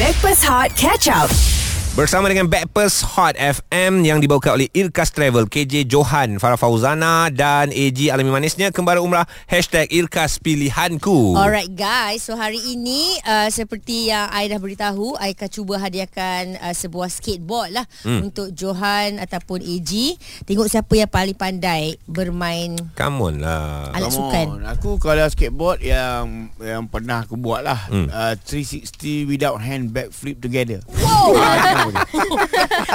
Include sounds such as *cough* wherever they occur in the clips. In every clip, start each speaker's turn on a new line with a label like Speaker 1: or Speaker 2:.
Speaker 1: Backpass Hot Catch Up.
Speaker 2: Bersama dengan Backpers Hot FM yang dibawakan oleh Irkas Travel, KJ Johan, Farah Fauzana dan AG Alami Manisnya Kembali Umrah Hashtag Irkas Pilihanku.
Speaker 3: Alright guys, so hari ini uh, seperti yang I dah beritahu, I akan cuba hadiahkan uh, sebuah skateboard lah hmm. untuk Johan ataupun AG. Tengok siapa yang paling pandai bermain
Speaker 2: Come on lah.
Speaker 3: alat
Speaker 4: Come *laughs*
Speaker 3: sukan.
Speaker 4: on. Aku kalau skateboard yang yang pernah aku buat lah. Hmm. Uh, 360 without hand back flip together. *laughs* Ah, Wow.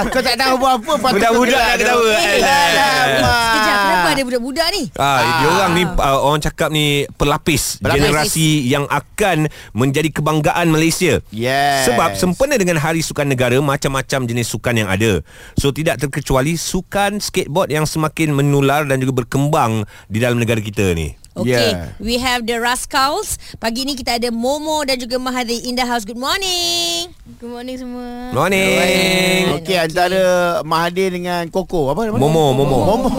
Speaker 4: aku tak tahu buat apa. patut
Speaker 2: Budak-budak
Speaker 4: aku
Speaker 2: dah
Speaker 4: gelak
Speaker 2: ketawa.
Speaker 4: tu.
Speaker 2: Eh,
Speaker 4: Alamak.
Speaker 3: Sekejap, kenapa ada budak-budak ni?
Speaker 2: Ah, dia orang ni uh, orang cakap ni pelapis, pelapis
Speaker 4: Pelapis.
Speaker 2: generasi yang akan menjadi kebanggaan Malaysia.
Speaker 4: Yes.
Speaker 2: Sebab sempena dengan Hari Sukan Negara macam-macam jenis sukan yang ada. So tidak terkecuali sukan skateboard yang semakin menular dan juga berkembang di dalam negara kita ni.
Speaker 3: Okay,
Speaker 4: Yeah.
Speaker 3: we have the Rascals. Pagi ni kita ada Momo dan juga Mahathir in the house. Good morning.
Speaker 5: Good morning semua.
Speaker 2: Morning.
Speaker 4: Okey, antara Mahathir dengan Koko. Apa nama?
Speaker 2: Momo, Momo.
Speaker 4: Momo.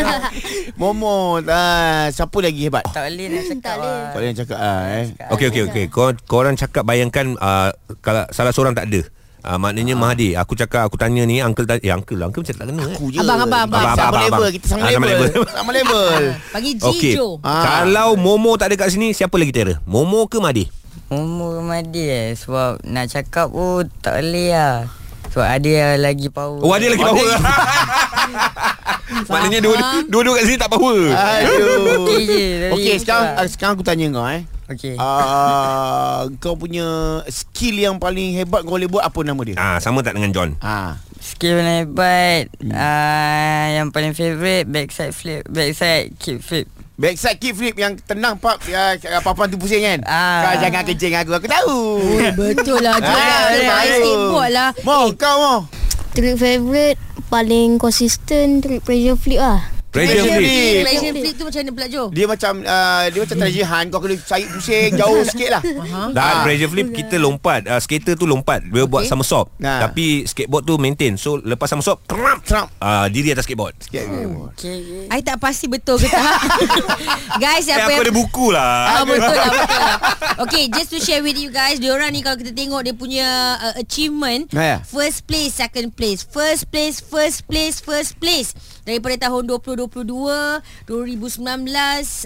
Speaker 4: *laughs* Momo. Ah, siapa lagi hebat?
Speaker 6: Tak boleh nak cakap lah.
Speaker 4: Kau yang cakap ah, eh.
Speaker 2: Okey okey
Speaker 3: lah.
Speaker 2: okey. Kau korang cakap bayangkan uh, kalau salah seorang tak ada. Uh, maknanya
Speaker 3: Ah.
Speaker 2: Mahdi aku cakap aku tanya ni uncle ta- eh, uncle lah. uncle macam tak kena eh.
Speaker 4: Aku je.
Speaker 3: Abang, abang, abang.
Speaker 2: Abang,
Speaker 4: Kita Sama
Speaker 2: abang,
Speaker 4: level.
Speaker 2: abang.
Speaker 4: Kita sama
Speaker 2: Ah, sama
Speaker 4: level.
Speaker 3: *laughs*
Speaker 2: level.
Speaker 4: Sama level.
Speaker 2: *laughs*
Speaker 3: Pagi G
Speaker 2: Okey.
Speaker 3: Jo.
Speaker 4: Ah.
Speaker 2: Kalau Momo tak ada kat sini siapa lagi terror? Momo ke Mahdi?
Speaker 6: Umur Madi eh. Sebab nak cakap pun tak boleh lah. Sebab ada yang lagi power.
Speaker 2: Oh ada lagi
Speaker 4: *laughs*
Speaker 2: power. maknanya dua dua-dua kat sini tak power.
Speaker 4: Ah. Aduh.
Speaker 6: Okey je, tadi
Speaker 4: Okey,
Speaker 6: macam
Speaker 4: sekarang
Speaker 6: lah.
Speaker 4: ah, sekarang aku tanya kau eh.
Speaker 6: Okey.
Speaker 4: Ah, kau punya skill yang paling hebat kau boleh buat apa nama dia?
Speaker 2: Ah sama tak dengan John?
Speaker 4: Ah.
Speaker 6: Skill yang hebat.
Speaker 2: Hmm.
Speaker 6: Uh, yang paling favourite backside flip. Backside kick flip.
Speaker 4: Backside kick flip yang tenang pap ya papan tu pusing kan.
Speaker 6: Ah.
Speaker 4: Kau jangan kencing aku. Aku
Speaker 6: *laughs*
Speaker 4: tahu.
Speaker 3: Betul lah Jo.
Speaker 4: Ah,
Speaker 3: Kita
Speaker 4: boleh,
Speaker 3: main
Speaker 4: boleh.
Speaker 3: skateboard lah.
Speaker 6: Eh.
Speaker 4: Mo, kau mo.
Speaker 5: Trik favourite paling konsisten trik pressure flip lah.
Speaker 2: Pressure
Speaker 4: Pressure
Speaker 2: free.
Speaker 4: free.
Speaker 3: Malaysian flip tu macam mana pula Jo?
Speaker 4: Dia macam ah, dia macam treasure hunt kau kena cari pusing jauh sikit
Speaker 6: *laughs*
Speaker 4: lah.
Speaker 2: Dan pressure flip kita lompat uh, Skater tu lompat Dia
Speaker 3: Okey.
Speaker 2: buat somersault
Speaker 4: Ah.
Speaker 2: Tapi skateboard tu maintain So lepas somersault Trump,
Speaker 4: Trump.
Speaker 2: Uh, Diri atas skateboard
Speaker 4: Ya, Sikit.
Speaker 6: Okey.
Speaker 3: I tak pasti betul ke tak Guys
Speaker 2: Eh
Speaker 3: siapa
Speaker 2: aku
Speaker 3: yang
Speaker 2: ada buku lah
Speaker 3: Ah, betul lah, betul lah. Okay, just to share with you guys, diorang ni kalau kita tengok dia punya uh, achievement,
Speaker 4: Ya.
Speaker 3: first place, second place, first place, first place, first place. Daripada tahun 2022, 2019,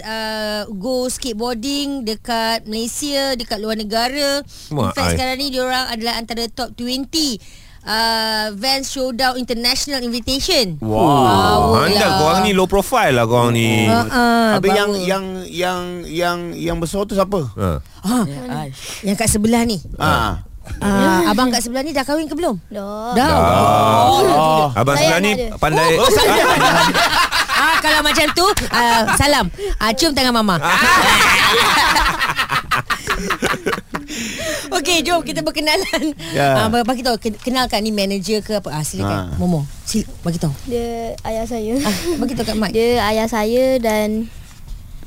Speaker 3: uh, go skateboarding dekat Malaysia, dekat luar negara. In
Speaker 2: Wah,
Speaker 3: fact,
Speaker 2: I-
Speaker 3: sekarang ni diorang adalah antara top 20 uh, Vans Showdown International Invitation.
Speaker 2: Oh,
Speaker 3: Wow
Speaker 2: Handal
Speaker 3: lah.
Speaker 2: korang ni low profile lah korang ni
Speaker 3: Uh, uh,
Speaker 6: Ah,
Speaker 4: Habis yang yang yang yang yang besar tu siapa?
Speaker 2: Ha.
Speaker 3: ha,
Speaker 6: Yeah, I.
Speaker 3: yang kat sebelah ni.
Speaker 4: Ah.
Speaker 3: Ah, abang kat sebelah ni dah kahwin ke belum?
Speaker 5: Dah.
Speaker 3: Dah.
Speaker 4: Oh.
Speaker 2: Abang sebelah
Speaker 5: Saya anak
Speaker 2: ni
Speaker 5: dia.
Speaker 2: pandai
Speaker 3: *laughs* Ah, kalau macam tu, ah, salam. Ah, cium tangan mama. Okey, jom kita berkenalan.
Speaker 4: Ya.
Speaker 3: Ah, bagi tahu ke- kenalkan ni manager ke apa? Ah, silakan.
Speaker 4: Ah.
Speaker 3: Momo, sil bagi tahu.
Speaker 5: Dia ayah saya.
Speaker 3: Ah, bagi tahu kat mic.
Speaker 5: *laughs* Dia ayah saya dan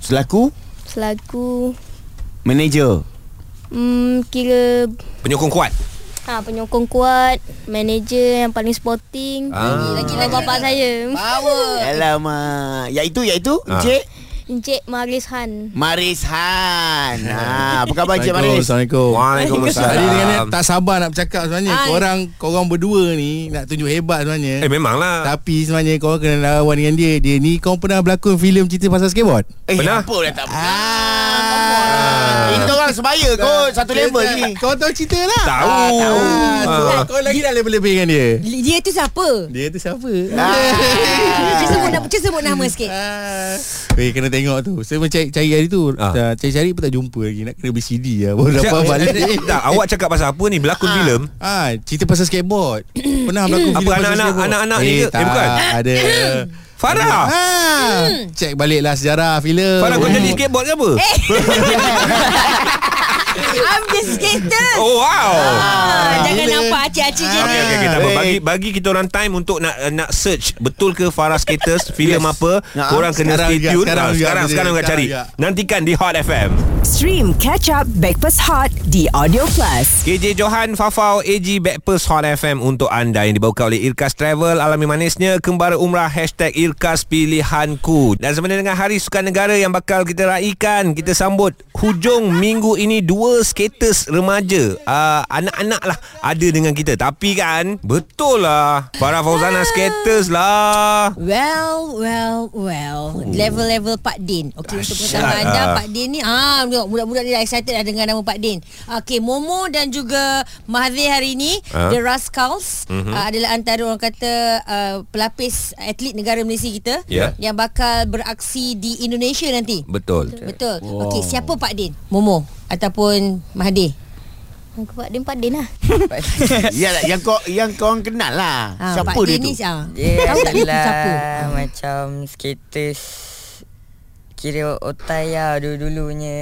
Speaker 4: Selaku
Speaker 5: selaku
Speaker 4: manager.
Speaker 5: mm, kira
Speaker 2: Penyokong kuat
Speaker 5: ha, penyokong kuat, manager yang paling sporting.
Speaker 2: Ah.
Speaker 3: Lagi
Speaker 5: Lagi bapak saya.
Speaker 3: Power.
Speaker 4: Alamak. Iaitu iaitu
Speaker 2: Ah.
Speaker 4: ya Encik
Speaker 5: Encik Maris Han.
Speaker 4: Maris
Speaker 2: *laughs*
Speaker 4: Han. Ha, apa khabar Encik
Speaker 7: Assalamualaikum,
Speaker 4: Maris?
Speaker 7: Assalamualaikum Tadi dengan dia
Speaker 2: Waalaikumsalam
Speaker 7: tak sabar nak bercakap sebenarnya
Speaker 3: Hai.
Speaker 7: Korang korang berdua ni Nak tunjuk hebat
Speaker 2: Eh
Speaker 7: sebenarnya
Speaker 2: memang lah
Speaker 7: Tapi sebenarnya korang kena lawan dengan dia Dia ni korang pernah berlakon filem cerita pasal skateboard?
Speaker 4: Eh,
Speaker 2: Pernah?
Speaker 4: apa dah tak pernah. Ah. Itu orang sebaya kot, satu level ni.
Speaker 7: Kau tahu cerita lah
Speaker 2: Tahu.
Speaker 7: ah, tahu.
Speaker 2: Ah.
Speaker 7: Ah. Kau lagi dah lebih-lebih dengan dia
Speaker 3: Dia tu
Speaker 8: *laughs*
Speaker 3: siapa?
Speaker 7: Dia tu siapa?
Speaker 2: Ah.
Speaker 7: *laughs*
Speaker 3: Cik sebut, nama- cik sebut nama sikit.
Speaker 7: Ah. Weh kena tengok tu Saya macam cari, cari hari tu
Speaker 2: Ah.
Speaker 7: ah. Cari-cari pun tak jumpa lagi Nak kena beli CD lah Baru dapat
Speaker 2: Siap-
Speaker 7: balik
Speaker 8: *laughs*
Speaker 2: *laughs* Tak, awak cakap pasal apa ni Berlakon filem
Speaker 7: Ah, cerita pasal skateboard. Pernah berlakon
Speaker 2: Apa,
Speaker 7: filem pasal
Speaker 2: anak-anak-
Speaker 7: skateboard?
Speaker 2: anak-anak
Speaker 7: eh,
Speaker 2: ni ke? Eh,
Speaker 7: Tak,
Speaker 2: bukan.
Speaker 7: Ada.
Speaker 2: *coughs* Farah
Speaker 7: Ah, Cek baliklah sejarah filem.
Speaker 2: Farah kau jadi skateboard ke apa
Speaker 3: I'm the skater.
Speaker 2: Oh wow
Speaker 3: Ah, jangan
Speaker 7: gila.
Speaker 3: nampak acik-acik je
Speaker 2: Okey
Speaker 3: ni.
Speaker 2: okey okey, tak apa
Speaker 4: Baik.
Speaker 2: bagi bagi kita orang time untuk nak uh, nak search betul ke Farah
Speaker 7: *laughs*
Speaker 2: Skaters filem
Speaker 4: Yes.
Speaker 2: apa
Speaker 4: Nah,
Speaker 2: korang kena
Speaker 7: sekarang
Speaker 2: stay
Speaker 7: juga,
Speaker 2: tune
Speaker 7: sekarang
Speaker 2: Ah,
Speaker 7: juga
Speaker 2: sekarang
Speaker 7: boleh,
Speaker 2: sekarang nak
Speaker 7: sekarang
Speaker 2: cari
Speaker 7: juga.
Speaker 2: nantikan di Hot FM
Speaker 1: Stream Catch Up Backpass Hot di Audio Plus.
Speaker 2: KJ Johan Fafau AG Backpers Hot FM untuk anda yang dibawakan oleh Irkas Travel alami manisnya kembara umrah hashtag Irkas Pilihanku dan sebenarnya dengan Hari Sukan Negara yang bakal kita raikan kita sambut hujung minggu ini 2 power skaters remaja uh, anak-anak lah ada dengan kita tapi kan betul lah para Fauzana skaters lah
Speaker 3: Well, well, well. Level-level Pak Din. Okey, untuk
Speaker 2: Dahsyat
Speaker 3: pengetahuan anda,
Speaker 2: lah.
Speaker 3: Pak Din ni, ah, tengok budak-budak ni dah excited dah dengar nama Pak Din. Okey, Momo dan juga Mahathir hari ini,
Speaker 2: Ah.
Speaker 3: The Rascals,
Speaker 2: Mhm.
Speaker 3: ah, adalah antara orang kata ah, pelapis atlet negara Malaysia kita
Speaker 2: Ya.
Speaker 3: yang bakal beraksi di Indonesia nanti.
Speaker 2: betul
Speaker 3: Betul. Wow. Okey, siapa Pak Din? Momo ataupun Mahathir?
Speaker 5: Aku Pak Din, Pak Din lah.
Speaker 4: Ya, lah, yang kau yang kau orang kenal lah.
Speaker 3: Ah,
Speaker 4: Siapa
Speaker 3: Pak
Speaker 4: dia
Speaker 3: Din
Speaker 4: tu?
Speaker 3: ni ah.
Speaker 6: Dia
Speaker 3: Tahu tak dia tu
Speaker 6: adalah
Speaker 3: siapa?
Speaker 6: macam skaters kira otai lah dulu-dulunya.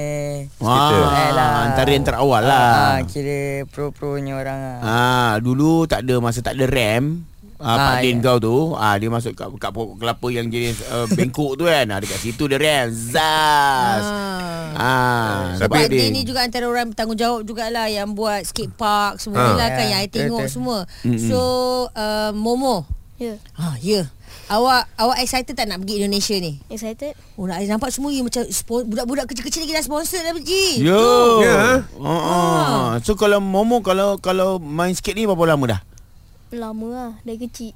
Speaker 2: Skater.
Speaker 4: Wah, antara yang terawal lah.
Speaker 6: Ah, kira pro-pronya orang lah.
Speaker 4: Ah, dulu tak ada masa tak ada RAM. Ah, Pak
Speaker 6: Ah,
Speaker 4: Din
Speaker 6: ya.
Speaker 4: kau tu ah, Dia masuk kat, kat pokok kelapa Yang jenis uh, bengkok tu kan ah, Dekat situ dia RAM Zaz ah.
Speaker 2: Tapi-
Speaker 3: Sebab dia ni juga antara orang bertanggungjawab jugalah yang buat skate park semua
Speaker 2: Ah.
Speaker 3: ni lah kan
Speaker 6: Ya,
Speaker 3: yang I tengok
Speaker 6: betul.
Speaker 3: semua. So uh, Momo.
Speaker 5: Ya.
Speaker 3: Ha ya. Yeah. Awak awak excited tak nak pergi Indonesia ni?
Speaker 5: Excited?
Speaker 3: Oh nak I nampak semua you macam spon- budak-budak kecil-kecil lagi dah sponsor dah pergi.
Speaker 4: Yo.
Speaker 2: Ya.
Speaker 8: ha?
Speaker 4: Oh,
Speaker 3: Ah.
Speaker 4: oh. So kalau Momo kalau kalau main skate ni berapa lama dah?
Speaker 5: Lama lah, dari kecil.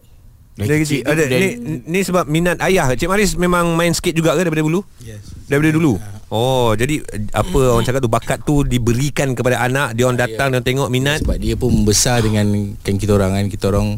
Speaker 2: Dari kecil
Speaker 4: tu,
Speaker 2: ada,
Speaker 4: dari-
Speaker 2: ni, ni sebab minat ayah Cik Maris memang main skate juga ke daripada dulu? Yes Daripada dulu? Oh jadi eh, apa
Speaker 4: Mm-hmm.
Speaker 2: orang cakap tu bakat tu diberikan kepada anak Dia
Speaker 4: Ah, ya.
Speaker 2: orang datang dia orang tengok minat
Speaker 8: Sebab dia pun membesar dengan kan kita orang kan kita orang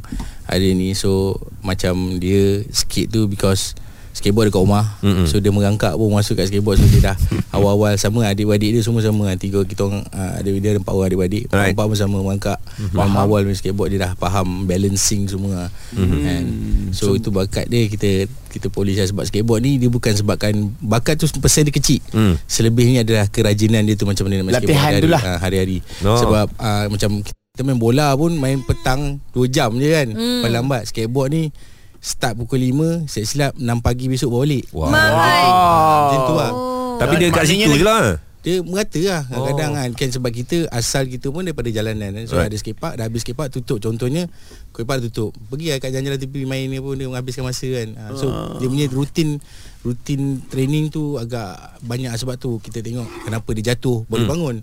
Speaker 8: ada ni so macam dia skate tu because skateboard dekat rumah
Speaker 2: Mm-mm.
Speaker 8: mm-hmm. so dia merangkak pun masuk kat skateboard so *laughs* dia dah awal-awal sama adik-adik dia semua sama tiga kita orang uh, ada dia ada empat orang adik-adik
Speaker 2: Right.
Speaker 8: right. empat pun sama merangkak mm-hmm. awal main skateboard dia dah faham balancing semua mm-hmm. and so, so itu bakat dia kita kita polish lah sebab skateboard ni dia bukan sebabkan bakat tu persen dia kecil
Speaker 2: Mm.
Speaker 8: selebihnya adalah kerajinan dia tu macam mana nak main
Speaker 4: Latihan
Speaker 8: skateboard
Speaker 4: tu
Speaker 8: hari-
Speaker 4: lah.
Speaker 8: ah, hari-hari
Speaker 2: No.
Speaker 8: no. sebab uh, macam kita main bola pun main petang 2 jam je kan mm. paling lambat skateboard ni start pukul 5 set silap 6 pagi besok bawa balik
Speaker 2: Wah.
Speaker 3: Mahal.
Speaker 4: Ah.
Speaker 3: Oh,
Speaker 8: macam tu lah
Speaker 2: Tapi dia kat
Speaker 4: Maknanya
Speaker 2: situ
Speaker 4: dia-
Speaker 2: je lah
Speaker 8: dia merata lah
Speaker 2: Oh.
Speaker 8: kadang-kadang kan kan sebab kita asal kita pun daripada jalanan kan. so
Speaker 2: Right.
Speaker 8: right. ada skatepark dah habis skatepark tutup contohnya skatepark tutup pergi lah kat jalan-jalan tepi main ni pun dia menghabiskan masa kan Ah, so dia punya rutin rutin training tu agak banyak sebab tu kita tengok kenapa dia jatuh baru
Speaker 2: Hmm.
Speaker 8: bangun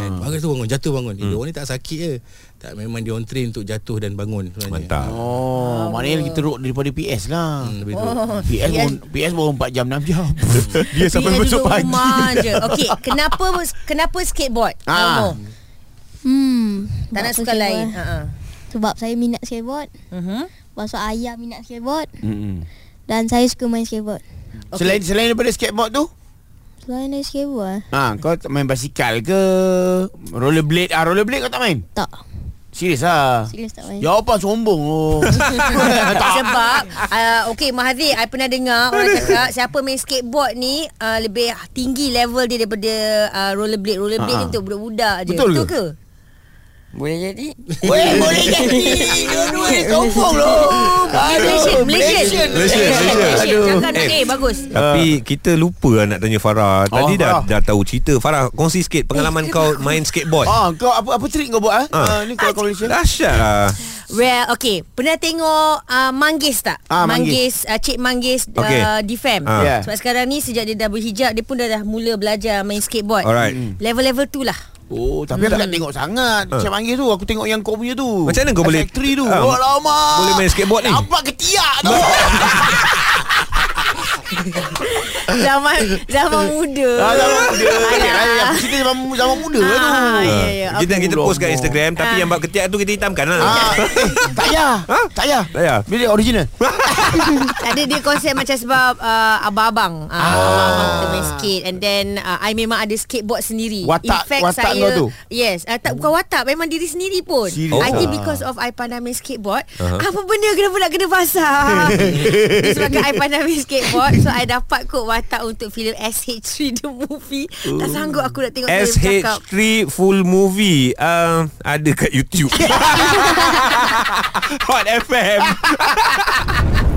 Speaker 8: kan bagus tu bangun jatuh bangun eh, dia orang ni tak sakit ke tak memang dia on train untuk jatuh dan bangun sebenarnya
Speaker 2: Mantap
Speaker 4: Oh, maknanya kita teruk daripada PS lah.
Speaker 8: Hmm, lebih tu.
Speaker 3: Ah, Oh,
Speaker 4: PS
Speaker 3: Ian-
Speaker 4: baru, PS baru 4 jam 6
Speaker 8: *laughs*
Speaker 4: jam. Dia
Speaker 3: Dia duduk rumah je. Okey, kenapa kenapa skateboard?
Speaker 4: Ah.
Speaker 3: Ah. Momo.
Speaker 5: Hmm.
Speaker 3: Tak nak
Speaker 5: Sebab
Speaker 3: suka
Speaker 5: tu
Speaker 3: lain.
Speaker 5: saya-
Speaker 3: Ha ah.
Speaker 5: Sebab saya minat skateboard.
Speaker 3: Mhm.
Speaker 5: Pasal ayah minat skateboard.
Speaker 4: Mm-mm.
Speaker 5: Dan saya suka main skateboard.
Speaker 4: Selain selain daripada skateboard tu,
Speaker 5: Selain dari skateboard,
Speaker 4: ha kau tak main basikal ke rollerblade? Ah rollerblade kau tak main?
Speaker 5: tak.
Speaker 4: Serius ah.
Speaker 5: Serius tak main.
Speaker 4: Jawapan sombong
Speaker 8: *laughs*
Speaker 4: oh.
Speaker 3: Sebab uh, Okay Mahathir I pernah dengar Orang cakap Siapa main skateboard ni uh, Lebih tinggi level dia Daripada uh, rollerblade Rollerblade
Speaker 4: Ha.
Speaker 3: ni untuk budak-budak je
Speaker 4: Betul ke?
Speaker 3: Betul ke?
Speaker 6: Boleh jadi.
Speaker 2: *laughs*
Speaker 4: Weh boleh jadi Dua-dua sombong loh
Speaker 3: Malaysian Malaysian
Speaker 2: Malaysian, Malaysian.
Speaker 3: Malaysian
Speaker 2: Aduh.
Speaker 3: Cakap nak
Speaker 2: Eh.
Speaker 3: eh bagus
Speaker 2: Tapi kita lupa lah nak tanya Farah Tadi
Speaker 4: Ah. Oh,
Speaker 2: dah,
Speaker 4: Farah. Eh,
Speaker 2: dah tahu cerita Farah kongsi sikit pengalaman kau main skateboard
Speaker 4: Ah, kau apa apa trik kau buat ah?
Speaker 2: Ah.
Speaker 4: Ah, ni kalau kau Malaysia.
Speaker 2: Dahsyat lah
Speaker 3: Well okay Pernah tengok uh, Manggis tak?
Speaker 4: Ah,
Speaker 3: Manggis,
Speaker 4: Manggis.
Speaker 3: uh, Cik Manggis uh,
Speaker 2: Okey.
Speaker 3: Defam
Speaker 2: Ah.
Speaker 4: Yeah.
Speaker 3: Sebab sekarang ni Sejak dia dah berhijab Dia pun dah, dah mula belajar Main skateboard
Speaker 2: Alright.
Speaker 3: Level-level tu
Speaker 4: *laughs*
Speaker 3: lah
Speaker 4: Oh, tapi aku tak tengok sangat. Macam panggil tu, aku tengok yang kau punya
Speaker 2: Ah.
Speaker 4: tu.
Speaker 2: Macam mana kau boleh-
Speaker 4: Factory tu.
Speaker 2: Ah,
Speaker 4: Oh, lama.
Speaker 2: boleh main skateboard ni?
Speaker 4: Nampak ketiak tu.
Speaker 3: Zaman Zaman muda
Speaker 4: Ah, zaman muda.
Speaker 3: Alah.
Speaker 4: Alah. Kita zaman zaman muda lah tu.
Speaker 3: Ah, ya, ya.
Speaker 2: Ah, Kita kita
Speaker 4: Aku
Speaker 2: post kat
Speaker 4: lama.
Speaker 2: Instagram Tapi yang bab ketiak tu kita hitamkan lah
Speaker 4: Ah, eh, tak payah.
Speaker 2: Ha?
Speaker 4: Tak payah.
Speaker 2: Tak payah?
Speaker 4: Bila original.
Speaker 3: Tak ada dia konsep macam sebab uh, abang-abang. Uh,
Speaker 4: Ah.
Speaker 3: Abang-abang kita main skate and then uh, I memang ada skateboard sendiri.
Speaker 4: Watak- watak kau tu?
Speaker 3: Yes, uh, tak bukan watak, memang diri sendiri pun.
Speaker 4: Serious Oh.
Speaker 3: I
Speaker 2: ah.
Speaker 3: think because of I pandai main skateboard, uh-huh. apa benda kenapa nak kena
Speaker 4: *laughs*
Speaker 3: basah? Disebabkan I pandai main skateboard, so I dapat kot watak untuk filem SH3 the movie. Tak
Speaker 4: Oh.
Speaker 3: sanggup aku nak tengok saya bercakap.
Speaker 2: SH3 full movie uh, ada
Speaker 3: *laughs*
Speaker 2: *laughs* kat YouTube. Hot FM.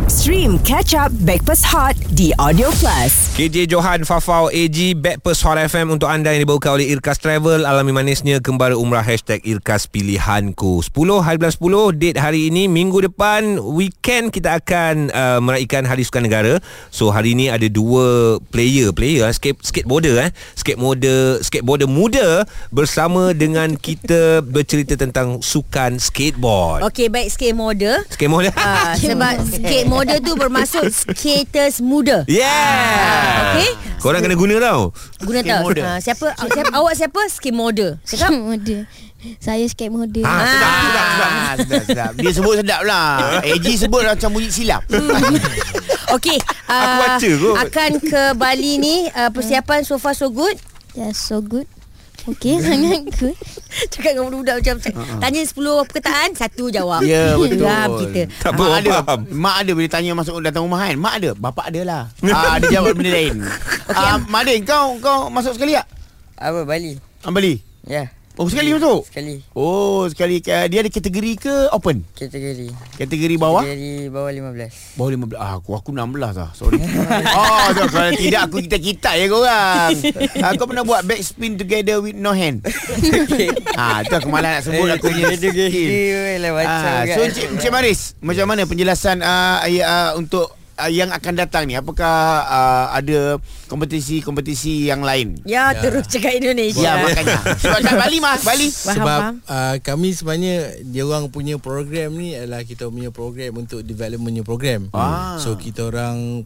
Speaker 1: Stream Catch Up Backpass Hot di Audio Plus.
Speaker 2: KJ Johan Fafau AG Backpers Hot FM Untuk anda yang dibawakan oleh Irkas Travel Alami manisnya Kembali Umrah Hashtag Irkas Pilihanku 10 hari bulan 10 Date hari ini Minggu depan Weekend kita akan uh, Meraihkan Hari Sukan Negara So hari ini ada dua Player Player eh, skate, Skateboarder eh. Skateboarder Skateboarder muda Bersama dengan kita Bercerita tentang Sukan Skateboard ya?
Speaker 3: Okey baik skate
Speaker 4: *laughs*
Speaker 3: model
Speaker 2: Skateboarder
Speaker 3: uh, Sebab skate model tu bermaksud Skaters muda
Speaker 2: *laughs* Yeah
Speaker 3: Okey.
Speaker 2: Korang kena guna tau
Speaker 3: Guna
Speaker 4: Skate
Speaker 3: tak?
Speaker 4: model.
Speaker 3: Ah, siapa, siapa awak siapa skate model? Cakap.
Speaker 5: *laughs* Skate model. Saya skate model.
Speaker 2: Ah,
Speaker 5: Ha.
Speaker 4: Sedap, sedap, sedap. sedap, sedap. Ah, Dia sebut sedap lah.
Speaker 2: *laughs*
Speaker 4: AG sebut macam bunyi silap.
Speaker 3: Okey, ah,
Speaker 2: baca kot.
Speaker 3: akan ke Bali ni ah, persiapan so far so good.
Speaker 5: Yeah, so good. Okay, *laughs* sangat good.
Speaker 3: Cakap dengan budak macam Ah, tanya 10 perkataan, satu jawab.
Speaker 4: *laughs*
Speaker 3: *laughs*
Speaker 4: Ya, betul.
Speaker 3: Faham kita.
Speaker 2: Tak apa,
Speaker 4: mak
Speaker 2: orang
Speaker 4: ada,
Speaker 2: faham.
Speaker 4: Mak ada bila tanya masuk datang rumah kan. Mak ada, bapak ada
Speaker 2: *laughs*
Speaker 4: lah. ah, dia jawab benda lain. Okay. Ah, mak ada, kau kau masuk sekali tak?
Speaker 6: Apa Bali?
Speaker 4: Ambali.
Speaker 6: Ya.
Speaker 4: Oh, sekali masuk.
Speaker 6: Sekali
Speaker 4: Oh, sekali ah, dia ada kategori ke open?
Speaker 6: kategori.
Speaker 4: Kategori bawah?
Speaker 6: Kategori bawah 15.
Speaker 4: Bawah 15. Ah, aku aku 16 lah. *laughs* Sorry. oh, so, kalau tidak aku kita-kita ya korang. Ah, kau pernah buat back spin together with no hand? *laughs* ah, tu aku malas nak sebut aku punya skill. Eh. Ah, so Encik, Encik Maris, macam mana penjelasan uh, uh, untuk uh, yang akan datang ni? Apakah uh, ada kompetisi-kompetisi yang lain?
Speaker 3: Ya, terus cakap Indonesia.
Speaker 4: Ya, makanya. Sebab kat Bali mas, Bali.
Speaker 3: Faham,
Speaker 8: Sebab
Speaker 3: faham.
Speaker 8: Uh, kami sebenarnya dia orang punya program ni adalah kita punya program untuk development punya program.
Speaker 4: Ah.
Speaker 8: So kita orang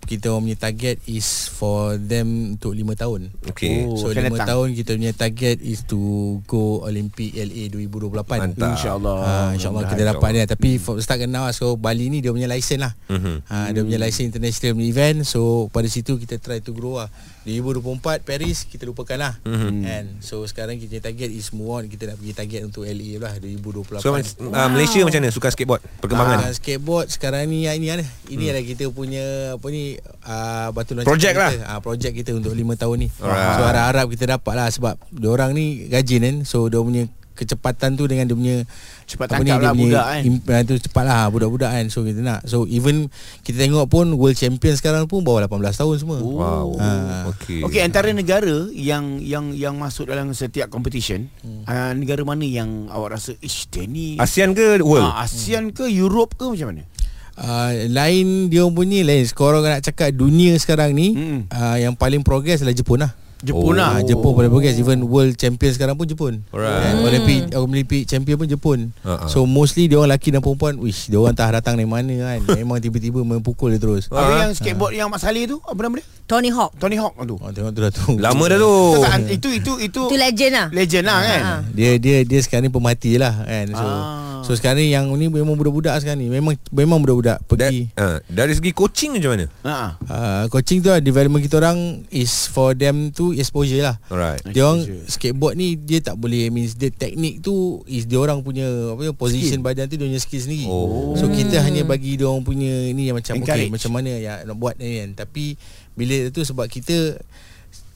Speaker 8: kita orang punya target is for them untuk 5 tahun.
Speaker 2: Okey.
Speaker 4: Oh,
Speaker 8: so
Speaker 4: akan
Speaker 8: 5
Speaker 4: datang.
Speaker 8: tahun kita punya target is to go Olympic LA 2028.
Speaker 2: Mantap.
Speaker 4: InsyaAllah.
Speaker 8: Ha, InsyaAllah kita dapat dia Tapi for, start now So Bali ni dia punya license lah
Speaker 2: Mhm.
Speaker 8: ha, Dia punya license international punya event So pada situ kita try to grow lah 2024 Paris kita lupakan lah And so sekarang kita punya target is move on Kita nak pergi target untuk LA lah 2028
Speaker 2: So wow. Malaysia macam mana Suka skateboard
Speaker 8: Ah,
Speaker 2: Perkembangan
Speaker 8: skateboard sekarang ni yang ini ada.
Speaker 4: Hmm.
Speaker 8: Ini adalah kita punya apa ni uh, batu loncatan
Speaker 2: Projek
Speaker 8: kita.
Speaker 2: lah.
Speaker 8: Ah projek kita untuk 5 tahun ni.
Speaker 2: Alright.
Speaker 8: So harap-harap kita dapat lah sebab diorang ni rajin kan. So dia punya kecepatan tu dengan dia punya
Speaker 4: Cepat tangkap lah budak kan.
Speaker 8: imp, ah, tu cepat lah budak-budak kan. So kita nak. So even kita tengok pun world champion sekarang pun bawah 18 tahun semua.
Speaker 4: Oh.
Speaker 2: Wow
Speaker 8: Ah.
Speaker 2: Okey
Speaker 4: Okey, antara negara yang yang yang masuk dalam setiap competition, hmm. uh, negara mana yang awak rasa ish dia ni
Speaker 2: ASEAN ke world
Speaker 4: Ah, ASEAN ke Europe ke macam mana?
Speaker 8: Uh, lain dia punya lain. Korang nak cakap dunia sekarang ni
Speaker 4: Mm-mm.
Speaker 8: uh, yang paling progress adalah Jepun lah.
Speaker 4: Jepun
Speaker 8: Ah,
Speaker 4: lah.
Speaker 8: Jepun paling progress Even world champion sekarang pun Jepun
Speaker 2: Oh. Alright.
Speaker 8: And Olympic Olympic champion pun Jepun
Speaker 2: Ha, ha.
Speaker 8: So mostly dia orang lelaki dan perempuan Wish dia orang tak datang dari mana
Speaker 2: *laughs*
Speaker 8: kan Memang tiba-tiba mempukul dia terus
Speaker 4: Habis
Speaker 2: Ah.
Speaker 4: yang skateboard yang Mak Saleh tu, apa nama dia?
Speaker 3: Tony Hawk.
Speaker 4: Tony Hawk tu.
Speaker 8: Oh, tengok tu dah tu
Speaker 2: Lama dah tu
Speaker 4: Oh. Itu itu itu
Speaker 3: Itu legend lah.
Speaker 4: legend
Speaker 5: Ah.
Speaker 4: lah kan.
Speaker 8: dia dia dia sekarang ni pemerhati lah kan so
Speaker 4: Ah.
Speaker 8: so sekarang ni yang ni memang budak-budak sekarang ni memang memang budak-budak
Speaker 2: That,
Speaker 8: pergi
Speaker 2: uh, Dari segi coaching macam mana
Speaker 4: Ha. ah.
Speaker 8: uh, coaching tu lah development kita orang is for them to exposure lah
Speaker 2: Alright
Speaker 8: Dia orang skateboard ni dia tak boleh means dia teknik tu is dia orang punya apa ya, position badan tu dia punya skill sendiri.
Speaker 2: Oh.
Speaker 8: So kita hanya bagi dia orang punya ni yang macam
Speaker 4: Encourage.
Speaker 8: okey macam mana ya nak buat ni kan. Tapi bila tu sebab kita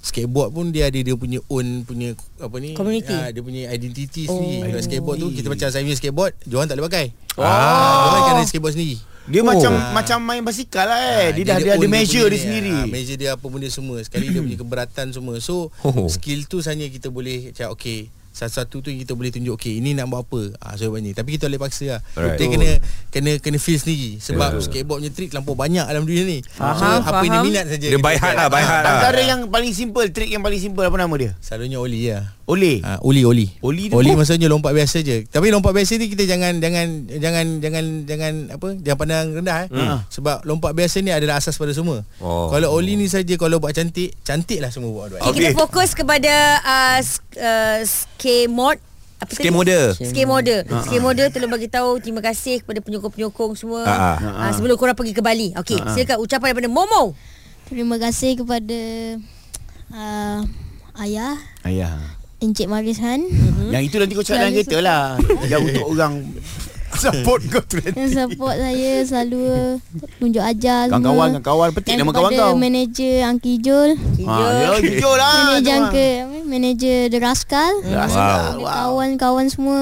Speaker 8: skateboard pun dia ada dia punya own punya apa ni
Speaker 3: Community.
Speaker 8: ah, dia punya identity sendiri. Kalau skateboard tu kita macam saya punya skateboard, dia orang tak boleh pakai.
Speaker 4: Oh.
Speaker 8: Dia orang kena skateboard sendiri.
Speaker 4: Dia
Speaker 2: Oh.
Speaker 4: oh. macam macam main basikal lah eh. Dia, dah dia ada
Speaker 8: Ah, own
Speaker 4: measure
Speaker 8: punya,
Speaker 4: dia sendiri.
Speaker 8: oh, ah, Measure dia apa benda semua Sekali dia punya keberatan semua So
Speaker 2: Oh.
Speaker 8: oh. skill tu saja kita boleh Macam okay satu-satu tu kita boleh tunjuk okay ini nak buat apa ah so banyak tapi kita boleh paksa lah
Speaker 2: Alright.
Speaker 8: right. kita kena kena kena feel sendiri sebab yeah. skateboard punya trick terlampau banyak dalam dunia ni so
Speaker 3: Faham,
Speaker 8: apa
Speaker 3: faham.
Speaker 8: yang dia minat saja
Speaker 2: Dia by heart lah By heart lah
Speaker 4: Antara yang paling simple, trick yang paling simple apa nama dia?
Speaker 8: selalunya oli lah
Speaker 4: Oleh.
Speaker 2: Eh.
Speaker 8: Ah, oli oli.
Speaker 4: Oli dia-
Speaker 8: oli
Speaker 4: oh.
Speaker 8: maksudnya lompat biasa je. Tapi lompat biasa ni kita jangan jangan jangan jangan jangan apa? Jangan pandang rendah eh.
Speaker 4: Hmm.
Speaker 8: Sebab lompat biasa ni adalah asas pada semua.
Speaker 2: Oh.
Speaker 8: Kalau oli ni saja kalau buat cantik, cantiklah semua buat
Speaker 3: Okay,
Speaker 8: buat.
Speaker 3: kita
Speaker 2: Okey.
Speaker 3: fokus kepada uh, sk- uh, skate mod apa
Speaker 2: Skate model.
Speaker 3: Skate model. Skate model tolong bagi tahu terima kasih kepada penyokong-penyokong semua.
Speaker 2: Ah, ah.
Speaker 3: Uh, sebelum korang pergi ke Bali. Okey, silakan ucapan daripada Momo.
Speaker 5: Terima kasih kepada uh, ayah
Speaker 4: Ayah.
Speaker 5: Encik Maris
Speaker 4: *laughs*
Speaker 5: Han
Speaker 4: Hmm? Yang itu nanti kau cakap dalam
Speaker 5: Yang
Speaker 4: kereta
Speaker 5: *laughs*
Speaker 4: lah. Yang untuk orang *laughs* support kau tu
Speaker 5: yang
Speaker 4: nanti.
Speaker 5: support saya selalu tunjuk ajar semua.
Speaker 4: Kawan-kawan, kawan-kawan. Petik
Speaker 5: Dan
Speaker 4: nama
Speaker 5: kepada
Speaker 4: kawan kau.
Speaker 5: Hmm. manager Angki Jul
Speaker 4: Ha, ya, jujur lah.
Speaker 5: Manager
Speaker 4: tu
Speaker 5: ke Manager The Rascal
Speaker 4: lah. Wow.
Speaker 5: Ada Kawan-kawan semua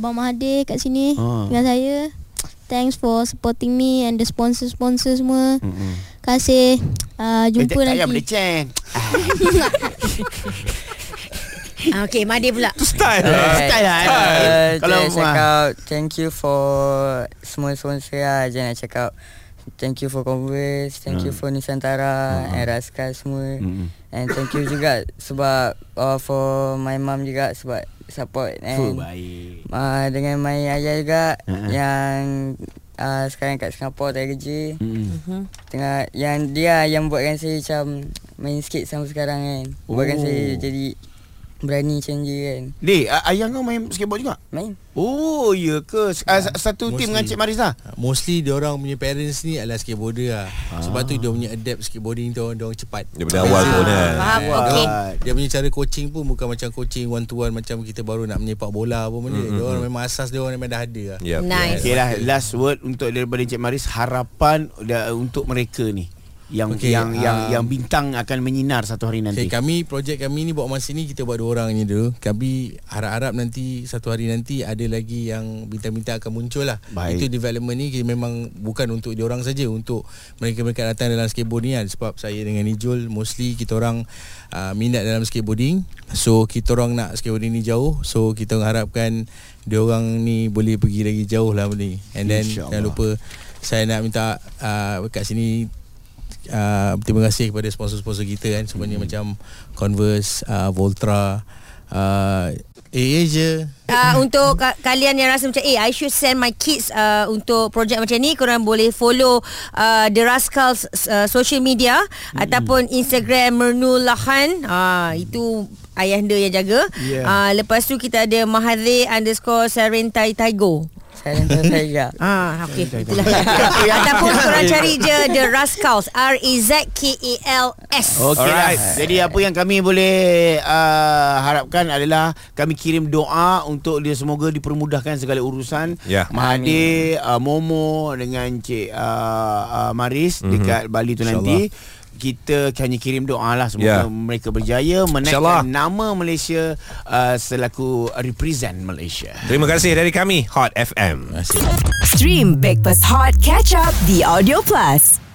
Speaker 5: Abang Mahathir kat sini
Speaker 4: Ah.
Speaker 5: Dengan saya Thanks for supporting me and the sponsor-sponsor semua. Mm-hmm. Kasih. Uh,
Speaker 4: Eh, tak-
Speaker 5: jumpa
Speaker 4: Tak payah
Speaker 5: nanti.
Speaker 4: bercen
Speaker 3: Ah, okay, Madir pula.
Speaker 2: Style
Speaker 6: Alright.
Speaker 4: style lah, eh.
Speaker 6: Uh,
Speaker 4: Kalau- ah.
Speaker 6: Kalau saya nak cakap Thank you for Semua sponsor lah Saya nak cakap Thank you for Converse Thank
Speaker 4: Hmm.
Speaker 6: you for Nusantara And Raska semua And thank you juga Sebab uh, For my mum juga Sebab
Speaker 4: Fuh,
Speaker 6: support And
Speaker 4: Baik
Speaker 6: uh, Dengan my ayah juga
Speaker 4: Ha-ha.
Speaker 6: Yang uh, Sekarang kat Singapura Tak kerja
Speaker 4: Mm-mm.
Speaker 6: Tengah Yang dia lah yang buatkan saya macam Main skate sampai sekarang kan Buatkan
Speaker 4: Oh.
Speaker 6: saya jadi Berani macam dia kan
Speaker 4: Dek, a- ayah kau main skateboard juga?
Speaker 6: Main
Speaker 4: Oh, ya ke? S- ah, s- Satu
Speaker 8: mostly.
Speaker 4: tim dengan Cik lah? Marisa?
Speaker 8: Ah, Mostly dia orang punya parents ni adalah skateboarder lah. Sebab tu dia punya adapt skateboarding tu dia orang cepat.
Speaker 2: Ah. Daripada
Speaker 8: Ah.
Speaker 2: awal pun kan
Speaker 5: Ah,
Speaker 3: Faham? Okay.
Speaker 8: Dia punya cara coaching pun bukan macam coaching one to one macam kita baru nak menyepak bola apa benda.
Speaker 2: Hmm,
Speaker 8: Mm-hmm. Dia orang memang asas dia orang memang dah ada lah.
Speaker 2: Yep,
Speaker 3: Nice.
Speaker 4: Okay lah, last word untuk daripada Encik Maris Harapan da, untuk mereka ni yang okay,
Speaker 8: Okey,
Speaker 4: yang
Speaker 2: ah.
Speaker 4: yang
Speaker 8: um,
Speaker 4: yang bintang akan menyinar satu hari nanti.
Speaker 8: Okay, kami projek kami ni buat masa ni kita buat dua orang je dulu. Kami harap-harap nanti satu hari nanti ada lagi yang bintang-bintang akan muncul lah.
Speaker 4: Baik.
Speaker 8: Itu development ni kita memang bukan untuk dia orang saja untuk mereka-mereka yang datang dalam skateboard ni kan sebab saya dengan Nijul mostly kita orang uh, minat dalam skateboarding. So kita orang nak skateboarding ni jauh. So kita harapkan dia orang ni boleh pergi lagi jauh lah benda ni. And then
Speaker 4: InsyaAllah.
Speaker 8: jangan lupa saya nak minta uh, kat sini uh, terima kasih kepada sponsor-sponsor kita kan semuanya hmm. macam Converse, uh, Voltra, uh, Air Asia.
Speaker 3: Uh, untuk ka- kalian yang rasa macam Eh I should send my kids uh, Untuk projek macam ni Korang boleh follow uh, The Rascals uh, Social media mm-hmm. Ataupun Instagram Mernul Lahan uh, Itu Ayahanda yang jaga yeah.
Speaker 4: Yeah.
Speaker 3: uh, Lepas tu kita ada Mahathir Underscore Serentai Taigo
Speaker 6: Saya rasa saya juga
Speaker 4: *laughs*
Speaker 3: Ah, okey. Itulah. *laughs* Ataupun korang cari je The Rascals R A Z K A L S.
Speaker 4: Okey lah.
Speaker 2: Alright.
Speaker 4: Jadi apa yang kami boleh uh, harapkan adalah kami kirim doa untuk dia semoga dipermudahkan segala urusan.
Speaker 2: Ya.
Speaker 4: Mahathir, uh, Momo dengan Cik uh, uh, Maris
Speaker 2: Mhm.
Speaker 4: mm-hmm. dekat Bali tu nanti. Kita hanya kirim doa lah
Speaker 2: Ya.
Speaker 4: Semoga mereka berjaya
Speaker 2: InsyaAllah.
Speaker 4: Menaikkan nama Malaysia uh, Selaku represent Malaysia
Speaker 2: Terima kasih dari kami Hot FM
Speaker 8: Terima kasih.
Speaker 1: Stream Breakfast Hot Catch Up The Audio Plus.